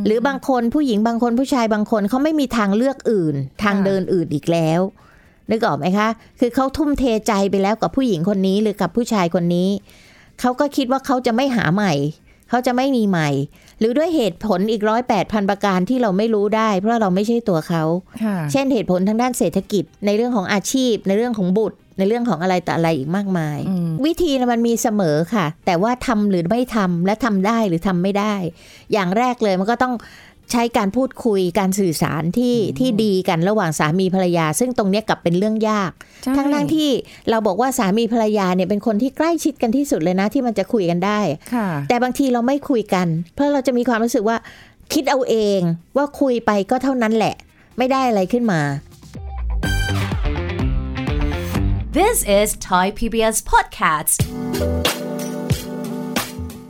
[SPEAKER 3] ม
[SPEAKER 5] หรือบางคนผู้หญิงบางคนผู้ชายบางคนเขาไม่มีทางเลือกอื่น ทาง
[SPEAKER 3] ค่ะ
[SPEAKER 5] เดินอื่นอีกแล้วนึกออกไหมคะ คือเขาทุ่มเทใจไปแล้วกับผู้หญิงคนนี้หรือกับผู้ชายคนนี้เขาก็คิดว่าเขาจะไม่หาใหม่เขาจะไม่มีใหม่ หรือด้วยเหตุผลอีกร้อยแปดพันประการที่เราไม่รู้ได้ เพราะเราไม่ใช่ตัวเขา
[SPEAKER 3] ค่ะ
[SPEAKER 5] เช่นเหตุผลทางด้านเศรษฐกิจ ในเรื่องของอาชีพ ในเรื่องของบุตร ในเรื่องของอะไรต่ออะไรอีกมากมาย
[SPEAKER 3] อืม
[SPEAKER 5] วิธีน่ะมันมีเสมอค่ะ แต่ว่าทำหรือไม่ทำและทำได้หรือทำไม่ได้ อย่างแรกเลยมันก็ต้องใช้การพูดคุยการสื่อสารที่ที่ดีกันระหว่างสามีภรรยา ซึ่งตรงเนี้ยกลับเป็นเรื่องยาก
[SPEAKER 3] ใช่
[SPEAKER 5] ทั้งทั้งที่เราบอกว่าสามีภรรยาเนี่ยเป็นคนที่ใกล้ชิดกันที่สุดเลยนะที่มันจะคุยกันได้
[SPEAKER 3] ค่ะ
[SPEAKER 5] แต่บางทีเราไม่คุยกัน เพราะเราจะมีความรู้สึกว่า คิดเอาเองว่าคุยไปก็เท่านั้นแหละ ไม่ได้อะไรขึ้นมา
[SPEAKER 1] This is Thai PBS Podcast